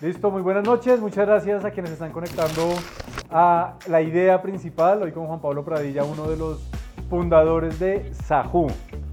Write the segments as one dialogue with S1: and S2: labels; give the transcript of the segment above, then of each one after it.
S1: Listo, muy buenas noches. Muchas gracias a quienes están conectando a la idea principal. Hoy con Juan Pablo Pradilla, uno de los fundadores de Sajú.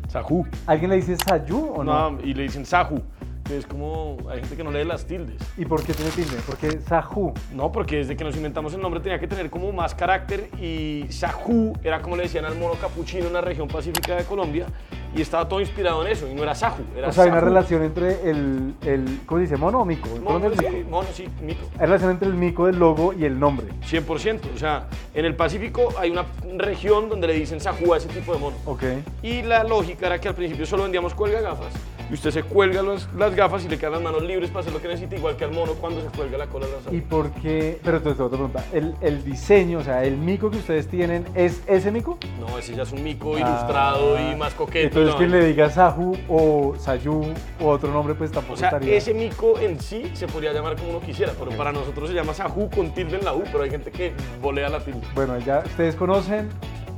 S2: Sajú.
S1: ¿Alguien le dice Sayú o no?
S2: y le dicen Sajú, que es como. Hay gente que no lee las tildes.
S1: ¿Y por qué tiene tilde? Porque Sajú.
S2: No, porque desde que nos inventamos el nombre tenía que tener como más carácter y Sajú era como le decían al mono capuchino en la región pacífica de Colombia y estaba todo inspirado en eso y no era Sajú, era
S1: O sea, hay una
S2: Sajú.
S1: relación entre el, el- ¿Cómo se dice? ¿Mono o mico? ¿En Colombia
S2: Mono,
S1: es
S2: sí,
S1: mico?
S2: mono, sí, mico.
S1: Hay relación entre el mico del logo y el nombre.
S2: 100%. O sea, en el Pacífico hay una región donde le dicen Sajú a ese tipo de mono.
S1: Ok.
S2: Y la lógica era que al principio solo vendíamos cuelga gafas. Y usted se cuelga los- las gafas y le quedan las manos libres para hacer lo que necesita, igual que al mono cuando se cuelga la cola de las
S1: ¿Y por qué? Pero entonces, otra pregunta. ¿El, el diseño, o sea, el mico que ustedes tienen, ¿es ese mico?
S2: No, ese ya es un mico ilustrado
S1: Ah.
S2: y más coqueto.
S1: Entonces,
S2: ¿no?
S1: quien le diga Sahu o Sayu o otro nombre, pues tampoco
S2: O sea,
S1: estaría.
S2: ese mico en sí se podría llamar como uno quisiera, pero para nosotros se llama Sahu con tilde en la U, pero hay gente que volea la tilde.
S1: Bueno, ya ustedes conocen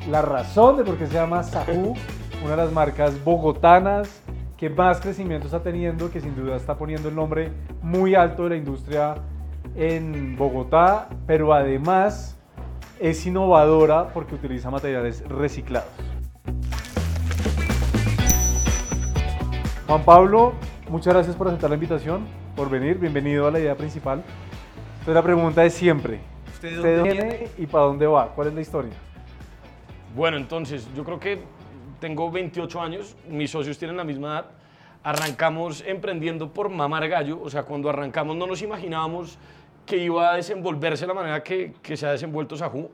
S1: la razón de por qué se llama Sahu, una de las marcas bogotanas que más crecimiento está teniendo, que sin duda está poniendo el nombre muy alto de la industria en Bogotá, pero además es innovadora porque utiliza materiales reciclados. Juan Pablo, muchas gracias por aceptar la invitación, por venir, bienvenido a la idea principal. Entonces la pregunta es siempre,
S3: ¿Usted
S1: ¿Usted
S3: dónde
S1: dónde viene y para dónde va? ¿Cuál es la historia?
S2: Bueno, entonces, yo creo que tengo 28 años, mis socios tienen la misma edad. Arrancamos emprendiendo por mamar gallo, o sea, cuando arrancamos no nos imaginábamos que iba a desenvolverse la manera que, que se ha desenvuelto Sajú.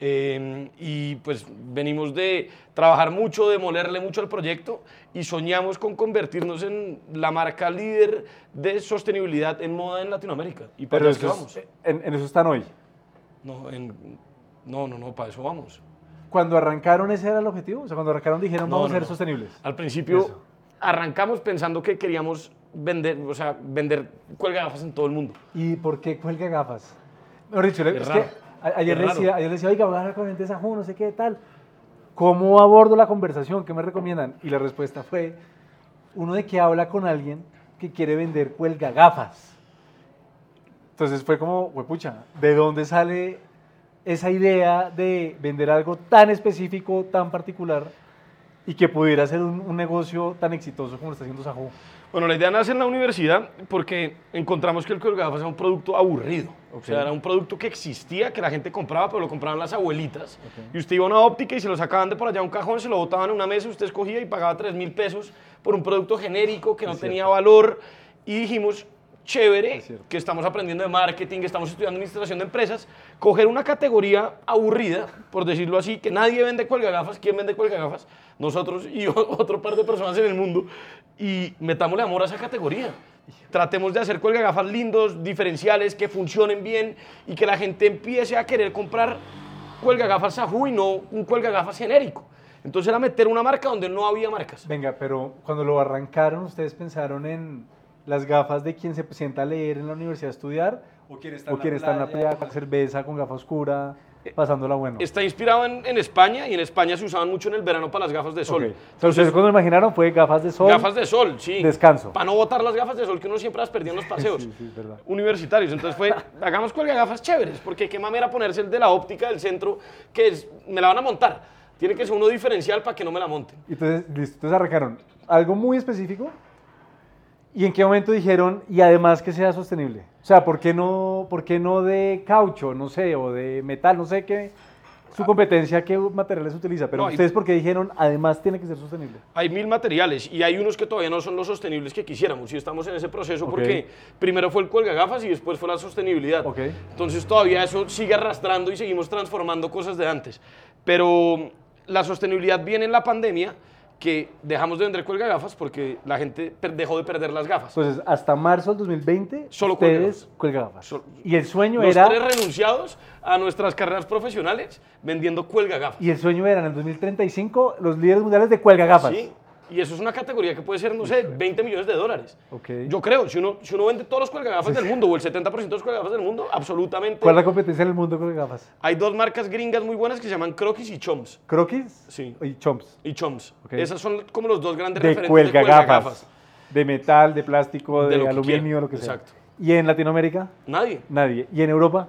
S2: Eh, y pues venimos de trabajar mucho, de molerle mucho al proyecto y soñamos con convertirnos en la marca líder de sostenibilidad en moda en Latinoamérica. Y para allá es que
S1: eso es-
S2: vamos.
S1: en, en eso están hoy.
S2: No, en- no, no, no, para eso vamos.
S1: Cuando arrancaron ese era el objetivo, o sea, cuando arrancaron dijeron
S2: No,
S1: vamos a
S2: no,
S1: ser
S2: no.
S1: sostenibles.
S2: Al principio
S1: Eso.
S2: arrancamos pensando que queríamos vender, o sea, vender cuelga gafas en todo el mundo.
S1: ¿Y por qué cuelga gafas? Mejor dicho, le-
S2: Es
S1: es
S2: raro,
S1: que a- ayer
S2: es
S1: le
S2: raro.
S1: decía, ayer le decía, oiga, voy a hablar con gente de Sajú, no sé qué tal. ¿Cómo abordo la conversación? ¿Qué me recomiendan? Y la respuesta fue, uno de que habla con alguien que quiere vender cuelga gafas. Entonces fue como, huepucha, ¿de dónde sale esa idea de vender algo tan específico, tan particular y que pudiera ser un, un negocio tan exitoso como lo está haciendo Sajú?
S2: Bueno, la idea nace en la universidad porque encontramos que el cuelga gafas era un producto aburrido. O sea,
S1: Ok.
S2: era un producto que existía, que la gente compraba, pero lo compraban las abuelitas. Y usted iba a una óptica y se lo sacaban de por allá un cajón, se lo botaban en una mesa, usted escogía y pagaba 3 mil pesos por un producto genérico que no tenía valor. Y dijimos, chévere,
S1: Es cierto.
S2: que estamos aprendiendo de marketing, que estamos estudiando administración de empresas, coger una categoría aburrida, por decirlo así, que nadie vende cuelgagafas, ¿quién vende cuelgagafas? Nosotros y otro par de personas en el mundo, y metámosle amor a esa categoría. Tratemos de hacer cuelgagafas lindos, diferenciales, que funcionen bien y que la gente empiece a querer comprar cuelgagafas Sajú y no un cuelgagafas genérico. Entonces era meter una marca donde no había marcas.
S1: Venga, pero cuando lo arrancaron, ¿ustedes pensaron en las gafas de quien se sienta a leer en la universidad a estudiar?
S3: ¿O quién está
S1: ¿O quien está en la playa con cerveza, con gafa oscura,
S2: Eh,
S1: pasándola bueno?
S2: Está inspirado en, en España y en España se usaban mucho en el verano para las gafas de
S1: Ok.
S2: sol.
S1: Entonces, ¿ustedes cuando lo imaginaron fue gafas de sol?
S2: Gafas de sol, sí.
S1: Descanso.
S2: Para no botar las gafas de sol que uno siempre las perdía en los paseos.
S1: Sí, sí, es verdad.
S2: Universitarios. Entonces fue, hagamos cuelga gafas chéveres, porque qué mamera ponerse el de la óptica del centro, que es- me la van a montar. Tiene que ser uno diferencial para que no me la monten.
S1: Entonces, listo, entonces arrancaron algo muy específico. ¿Y en qué momento dijeron, y además que sea sostenible? O sea, ¿por qué no, por qué no de caucho, no sé, o de metal, no sé qué? Su competencia, qué materiales utiliza. Pero
S2: Ah. No, y-
S1: ustedes, ¿por qué dijeron, además tiene que ser sostenible?
S2: Hay mil materiales y hay unos que todavía no son los sostenibles que quisiéramos y estamos en ese proceso
S1: Ok.
S2: porque primero fue el cuelga gafas y después fue la sostenibilidad.
S1: Ok.
S2: Entonces todavía eso sigue arrastrando y seguimos transformando cosas de antes. Pero la sostenibilidad viene en la pandemia que dejamos de vender cuelga gafas porque la gente per- dejó de perder las gafas.
S1: Entonces, hasta marzo del 2020,
S2: Solo
S1: ustedes cuelgabas.
S2: Sol-
S1: y el sueño
S2: Los
S1: era
S2: tres renunciados a nuestras carreras profesionales vendiendo cuelga gafas.
S1: y el sueño era en el 2035 los líderes mundiales de cuelga gafas.
S2: Sí, y eso es una categoría que puede ser, no sé, 20 millones de dólares.
S1: Ok.
S2: Yo creo, si uno, si uno vende todos los cuelgagafas del mundo o el 70% de los cuelgagafas del mundo, absolutamente.
S1: ¿Cuál es la competencia en el mundo de cuelga gafas?
S2: Hay dos marcas gringas muy buenas que se llaman Croquis y Choms.
S1: Croquis
S2: Sí.
S1: y Chomps.
S2: Y Choms.
S1: Ok.
S2: Esas son como los dos grandes
S1: De
S2: referentes
S1: cuelga
S2: de cuelgagafas.
S1: gafas. De metal, de plástico, de,
S2: lo que
S1: aluminio,
S2: quieran.
S1: lo que sea.
S2: Exacto.
S1: ¿Y en Latinoamérica?
S2: Nadie,
S1: Nadie. ¿Y en Europa?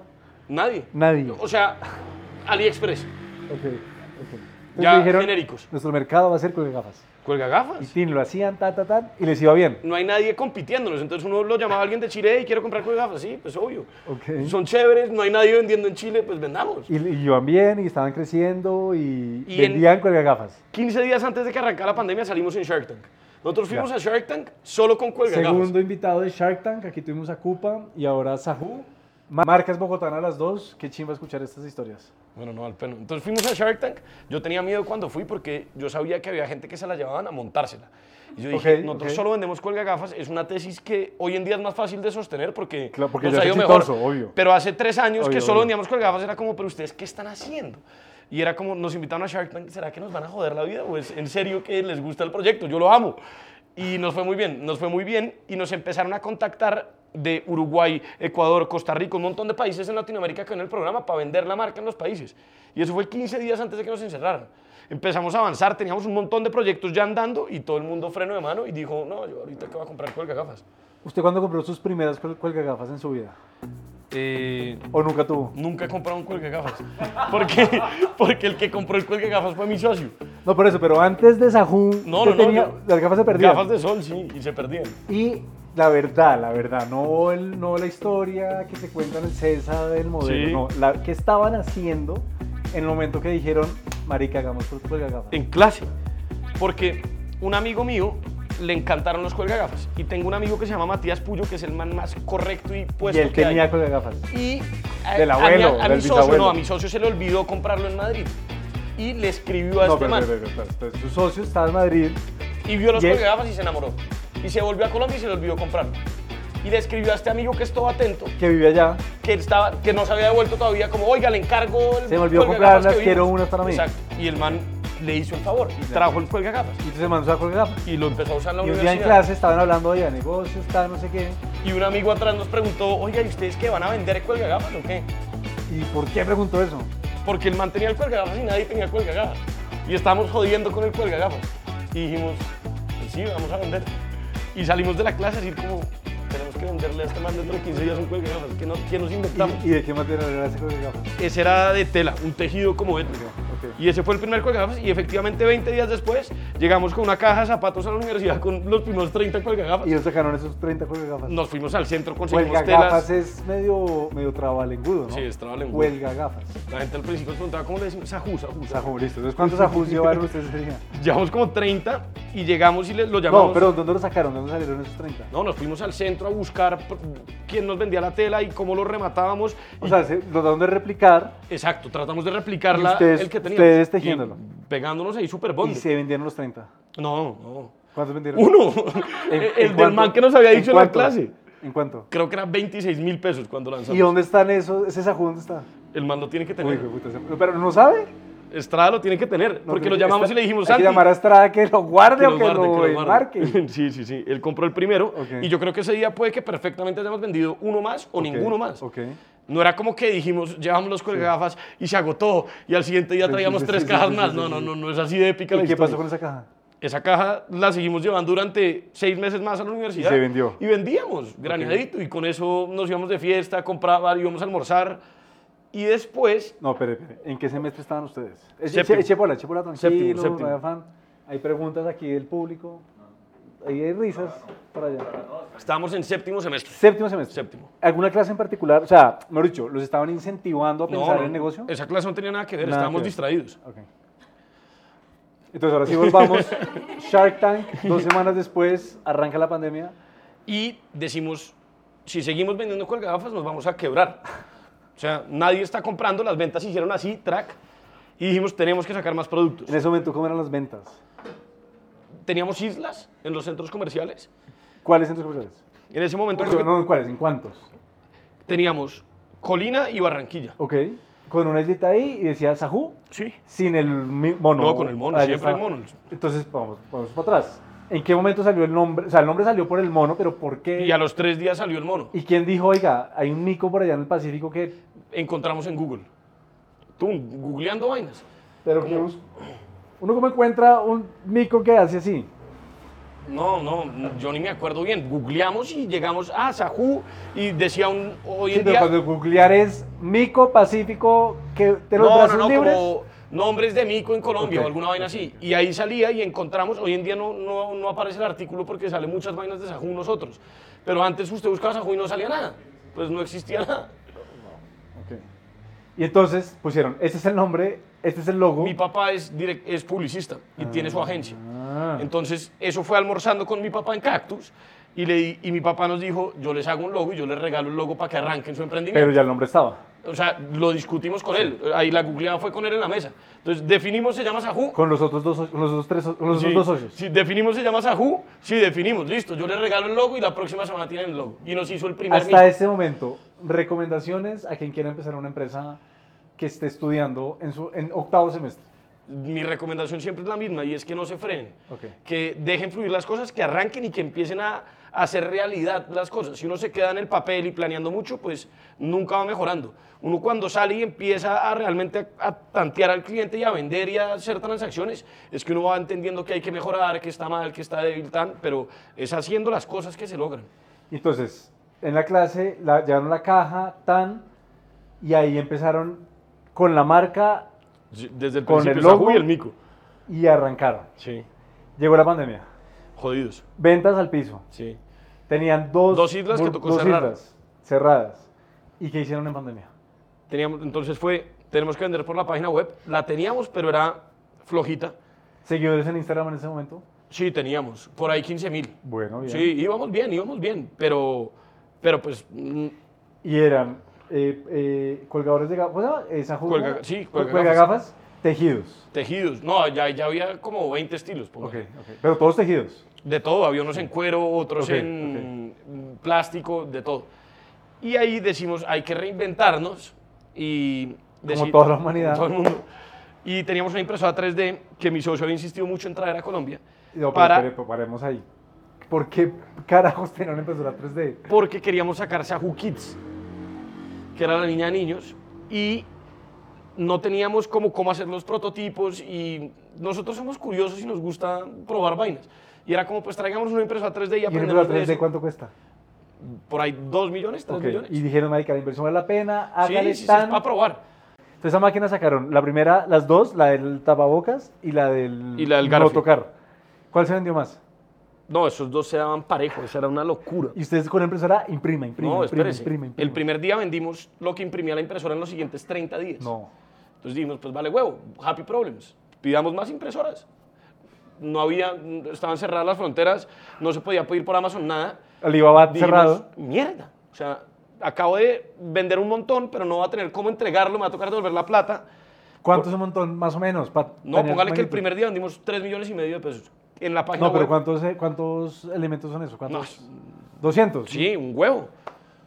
S2: nadie.
S1: Nadie.
S2: O sea, AliExpress,
S1: Ok, ok. Entonces
S2: Ya
S1: le dijeron,
S2: genéricos.
S1: Nuestro mercado va a ser con gafas.
S2: cuelga
S1: Y
S2: gafas.
S1: tin, lo hacían, ta, ta, ta, y les iba bien.
S2: No hay nadie compitiéndonos. Entonces uno lo llamaba a alguien de Chile y quiero comprar cuelga gafas. Sí, pues obvio.
S1: Ok.
S2: Son chéveres, no hay nadie vendiendo en Chile, pues vendamos.
S1: Y, y iban bien, y estaban creciendo, y,
S2: Y en-
S1: vendían con gafas.
S2: 15 días antes de que arrancara la pandemia salimos en Shark Tank. Nosotros fuimos a Shark Tank solo con cuelga gafas.
S1: Segundo invitado de Shark Tank, aquí tuvimos a Cupa y ahora Sahu. Ma- Marcas bogotanas las dos, qué chimba escuchar estas historias.
S2: Bueno, no, al pelo. Entonces fuimos a Shark Tank. Yo tenía miedo cuando fui porque yo sabía que había gente que se la llevaban a montársela. Y yo dije,
S1: Ok,
S2: nosotros
S1: ok.
S2: solo vendemos cuelga gafas. Es una tesis que hoy en día es más fácil de sostener porque,
S1: Claro, porque
S2: nos
S1: ya
S2: ha
S1: es
S2: ido mejor.
S1: exitoso, obvio.
S2: Pero hace tres años
S1: Obvio,
S2: que solo
S1: obvio.
S2: vendíamos cuelga gafas era como, pero ustedes, ¿qué están haciendo? Y era como, nos invitaron a Shark Tank, ¿será que nos van a joder la vida? ¿O es en serio que les gusta el proyecto? Yo lo amo. Y nos fue muy bien, nos fue muy bien y nos empezaron a contactar de Uruguay, Ecuador, Costa Rica, un montón de países en Latinoamérica que en el programa para vender la marca en los países. Y eso fue 15 días antes de que nos encerraran. Empezamos a avanzar, teníamos un montón de proyectos ya andando y todo el mundo freno de mano y dijo, no, yo ahorita que voy a comprar cuelga gafas.
S1: ¿Usted cuándo compró sus primeras cuelga gafas en su vida?
S2: Eh,
S1: ¿O nunca tuvo?
S2: Nunca he comprado un cuelga gafas. Porque, porque el que compró el cuelga gafas fue mi socio.
S1: No, por eso, pero antes de Sahu,
S2: No,
S1: usted
S2: no, no,
S1: tenía-
S2: yo-
S1: las gafas se perdían.
S2: Gafas de sol, sí, y se perdían.
S1: Y la verdad, la verdad, no, el, no la historia que se cuenta en el César del modelo,
S2: Sí.
S1: no, la, ¿qué estaban haciendo en el momento que dijeron, marica, hagamos cuelga gafas?
S2: En clase. Porque un amigo mío le encantaron los cuelga gafas. Y tengo un amigo que se llama Matías Puyo, que es el man más correcto y
S1: Y
S2: puesto
S1: él
S2: que hay.
S1: tenía cuelga gafas.
S2: Y eh, a,
S1: Del
S2: a
S1: abuelo,
S2: mi, a
S1: del
S2: mi socio,
S1: bisabuelo.
S2: no, a mi socio se le olvidó comprarlo en Madrid. Y le escribió a
S1: No,
S2: este
S1: pero,
S2: man.
S1: pero, pero, pero, entonces, su socio estaba en Madrid,
S2: Y vio los
S1: Y él-
S2: cuelga gafas y se enamoró. Y se volvió a Colombia y se le olvidó comprarlo. Y le escribió a este amigo que es todo atento,
S1: que vive allá,
S2: que, estaba, que no se había devuelto todavía, como, oiga, le encargo el
S1: Se me olvidó
S2: cuelgagafas
S1: comprarlas,
S2: que vimos".
S1: quiero unas para mí.
S2: Exacto. Y el man le hizo el favor y trajo el cuelga gafas.
S1: y entonces se mandó a cuelga gafas.
S2: Y lo empezó a usar en la
S1: Y un día
S2: universidad.
S1: en clase estaban hablando de negocios, tal, no sé qué,
S2: Y un amigo atrás nos preguntó, oiga, ¿y ustedes qué van a vender cuelga gafas o qué?
S1: ¿y por qué preguntó eso?
S2: Porque el man tenía el cuelga gafas y nadie tenía cuelga gafas. Y estábamos jodiendo con el cuelga gafas. Y dijimos, "Pues sí, vamos a vender. Y salimos de la clase así como, tenemos que venderle a este man dentro de 15 días un cuelga gafas. ¿Qué, no, qué nos inventamos?
S1: ¿Y, y de qué material era ese cuelga gafas?
S2: Ese era de tela, un tejido como étnico.
S1: ok.
S2: Y ese fue el primer cuelgagafas y efectivamente 20 días después llegamos con una caja de zapatos a la universidad con los primeros 30 cuelgagafas.
S1: Y ellos sacaron esos 30 cuelga gafas.
S2: Nos fuimos al centro, conseguimos
S1: Cuelga
S2: telas.
S1: gafas es medio, medio trabalengudo, ¿no?
S2: Sí, es trabalengudo.
S1: Cuelga gafas.
S2: La gente al principio nos preguntaba, ¿cómo le decimos? Sajú, sajú, sajú".
S1: Sajú, listo. Entonces, ¿cuántos ajus llevaron ustedes ese día?
S2: Llevamos como 30 y llegamos y le- lo llamamos.
S1: No, pero ¿dónde los sacaron? ¿Dónde salieron esos 30?
S2: No, nos fuimos al centro a buscar pr- quién nos vendía la tela y cómo lo rematábamos.
S1: O
S2: Y-
S1: sea, se- los trataron de replicar
S2: exacto, tratamos de replicar la,
S1: Y ustedes-
S2: el que teníamos.
S1: ustedes
S2: Y
S1: tejiéndolo.
S2: pegándonos ahí súper
S1: y
S2: bonde.
S1: se vendieron los 30.
S2: No, no.
S1: ¿Cuántos vendieron?
S2: Uno.
S1: ¿En- en
S2: el del
S1: cuánto?
S2: man que nos había
S1: ¿En
S2: dicho en la
S1: cuánto?
S2: clase.
S1: ¿En cuánto?
S2: Creo que eran 26 mil pesos cuando lanzamos.
S1: ¿Y dónde están esos? ¿Ese Sajú dónde está?
S2: El man lo tiene que
S1: Uy,
S2: tener.
S1: hijo de puta, se- Pero no sabe.
S2: Estrada lo tiene que tener.
S1: No,
S2: porque
S1: pero
S2: lo llamamos
S1: está-
S2: y le dijimos,
S1: Hay
S2: Santi,
S1: que llamar a Estrada que lo guarde o
S2: los
S1: que
S2: guarde,
S1: lo
S2: que los guarde".
S1: enmarque.
S2: sí, sí, sí. Él compró el primero.
S1: Ok.
S2: Y yo creo que ese día puede que perfectamente hayamos vendido uno más o
S1: Ok,
S2: ninguno más.
S1: Ok.
S2: No era como que dijimos, llevamos los cuelgafas y se agotó. Y al siguiente día
S1: Sí,
S2: traíamos
S1: sí, sí,
S2: tres
S1: sí,
S2: cajas
S1: sí, sí,
S2: más.
S1: sí,
S2: no,
S1: sí.
S2: no, no, no es así de épica la
S1: ¿Y qué
S2: historia.
S1: pasó con esa caja?
S2: Esa caja la seguimos llevando durante seis meses más a la universidad.
S1: Y se vendió.
S2: Y vendíamos, granadito. Y con eso nos íbamos de fiesta, compraba, íbamos a almorzar. Y después,
S1: No, espere, espere. ¿En qué semestre estaban ustedes? Eche,
S2: Séptimo.
S1: eche, eche bola, eche bola tranquilo,
S2: Séptimo,
S1: no
S2: séptimo.
S1: haya afán. Hay preguntas aquí del público. Ahí hay risas por allá.
S2: estábamos en séptimo semestre.
S1: Séptimo semestre.
S2: Séptimo.
S1: ¿Alguna clase en particular? O sea, mejor dicho, ¿los estaban incentivando a pensar
S2: no,
S1: en negocio?
S2: Esa clase no tenía nada que ver,
S1: Nada
S2: estábamos
S1: que ver.
S2: distraídos.
S1: Ok. Entonces, ahora sí volvamos. Shark Tank, dos semanas después, arranca la pandemia.
S2: Y decimos, si seguimos vendiendo cuelgafas nos vamos a quebrar. O sea, nadie está comprando, las ventas se hicieron así, track. Y dijimos, tenemos que sacar más productos.
S1: En ese momento, ¿cómo eran las ventas?
S2: Teníamos islas en los centros comerciales.
S1: ¿Cuáles centros comerciales?
S2: En ese momento
S1: Bueno,
S2: creo que
S1: no, ¿en cuáles? ¿En cuántos?
S2: teníamos Colina y Barranquilla.
S1: Ok. Con una islita ahí y decía Sahu.
S2: Sí.
S1: Sin el mi- mono.
S2: No, con el mono,
S1: Ah, ya
S2: siempre
S1: está.
S2: hay monos.
S1: Entonces, vamos, vamos para atrás. ¿En qué momento salió el nombre? O sea, el nombre salió por el mono, pero ¿por qué?
S2: Y a los tres días salió el mono.
S1: ¿Y quién dijo, oiga, hay un mico por allá en el Pacífico que...
S2: Encontramos en Google. Tú, googleando vainas.
S1: Pero que us- uno como encuentra un mico que hace así.
S2: No, no, yo ni me acuerdo bien. Googleamos y llegamos a Sajú y decía un hoy
S1: Sí,
S2: en
S1: pero
S2: día
S1: cuando googlear es Mico Pacífico, que te los
S2: no,
S1: brazos
S2: no, no,
S1: libres.
S2: como nombres de mico en Colombia
S1: Ok.
S2: o alguna vaina así. Y ahí salía y encontramos, hoy en día no, no, no aparece el artículo porque sale muchas vainas de Sajú nosotros. Pero antes usted buscaba Sajú y no salía nada. Pues no existía nada.
S1: Ok. Y entonces pusieron, este es el nombre, este es el logo.
S2: Mi papá es, direc- es publicista y tiene su agencia.
S1: Ah.
S2: Entonces, eso fue almorzando con mi papá en Cactus y, le, di- y mi papá nos dijo, yo les hago un logo y yo les regalo el logo para que arranquen su emprendimiento.
S1: Pero ya el nombre estaba.
S2: o sea, lo discutimos con él. Ahí la googleada fue con él en la mesa. Entonces, definimos, se llama Sajú.
S1: Con los otros dos, con los otros tres, con los
S2: Sí,
S1: otros dos socios.
S2: Si definimos se llama Sajú, si definimos, listo, yo le regalo el logo y la próxima semana tienen el logo. Y nos hizo el primer
S1: Hasta
S2: meet.
S1: este momento, recomendaciones a quien quiera empezar una empresa que esté estudiando en su en octavo semestre.
S2: Mi recomendación siempre es la misma y es que no se frenen.
S1: Ok.
S2: Que dejen fluir las cosas, que arranquen y que empiecen a a hacer realidad las cosas. Si uno se queda en el papel y planeando mucho, pues nunca va mejorando. Uno cuando sale y empieza a realmente a, a tantear al cliente y a vender y a hacer transacciones, es que uno va entendiendo que hay que mejorar, que está mal, que está débil, tan, pero es haciendo las cosas que se logran.
S1: Entonces, en la clase la, llevaron la caja, tan, y ahí empezaron con la marca
S2: Desde el
S1: Con
S2: principio,
S1: el
S2: Sajú
S1: logo.
S2: y el mico.
S1: y arrancaron.
S2: Sí.
S1: Llegó la pandemia.
S2: Jodidos.
S1: Ventas al piso.
S2: Sí.
S1: Tenían dos,
S2: Dos islas que tocó
S1: dos
S2: cerrar.
S1: islas cerradas. ¿Y qué hicieron en pandemia?
S2: Teníamos, entonces fue, tenemos que vender por la página web. La teníamos, pero era flojita.
S1: Seguidores en Instagram en ese momento.
S2: Sí, teníamos. Por ahí 15 mil.
S1: Bueno, bien.
S2: Sí, íbamos bien, íbamos bien. Pero, pero pues, mm,
S1: Y eran eh, eh, colgadores de gafas. ¿Cómo se llama? Eh, San Juan,
S2: Cuelga-
S1: ¿no?
S2: sí,
S1: Cuel-
S2: cuelgagafas.
S1: cuelgagafas, tejidos.
S2: tejidos. No, ya, ya había como 20 estilos. ponga.
S1: Pero todos tejidos.
S2: De todo, había unos en cuero, otros
S1: Ok,
S2: en mm, plástico, de todo. Y ahí decimos, hay que reinventarnos y... deci-
S1: toda la humanidad.
S2: Todo el mundo. Y teníamos una impresora 3D que mi socio había insistido mucho en traer a Colombia.
S1: No, pero,
S2: para,
S1: pero- pero paremos ahí. ¿Por qué carajos tenían una impresora 3D?
S2: porque queríamos sacar Sahu Kids, que era la niña de niños, y no teníamos como cómo hacer los prototipos y nosotros somos curiosos y nos gusta probar vainas. Y era como, pues traigamos una impresora 3D y
S1: ¿Y una
S2: aprendemos
S1: impresora
S2: de
S1: 3D
S2: eso.
S1: cuánto cuesta?
S2: Por ahí 2 millones, 3
S1: Ok,
S2: millones.
S1: Y dijeron, marica, la inversión vale la pena, hágale
S2: sí, sí, sí,
S1: tan...
S2: es para probar.
S1: Entonces esa máquina sacaron la primera, las dos, la del tapabocas y la del,
S2: Y la del
S1: no
S2: Garfield.
S1: tocar. ¿Cuál se vendió más?
S2: No, esos dos se daban parejos, esa era una locura.
S1: Y ustedes con la impresora, imprima, imprima,
S2: no,
S1: imprima,
S2: espérese.
S1: imprima,
S2: El
S1: imprima.
S2: primer día vendimos lo que imprimía la impresora en los siguientes 30 días.
S1: No.
S2: Entonces dijimos, pues vale huevo, happy problems. Pidamos más impresoras. No había, estaban cerradas las fronteras, no se podía pedir por Amazon nada.
S1: Alibaba
S2: Dijimos,
S1: cerrado.
S2: Mierda. O sea, acabo de vender un montón, pero no va a tener cómo entregarlo, me va a tocar devolver la plata.
S1: ¿Cuánto es un montón, más o menos? pa
S2: No,
S1: tener
S2: póngale que el
S1: magnitud?
S2: primer día vendimos 3 millones y medio de pesos. En la página
S1: No, pero
S2: web.
S1: ¿cuántos, eh, cuántos elementos son eso? ¿Cuántos?
S2: No,
S1: 200.
S2: Sí, un huevo.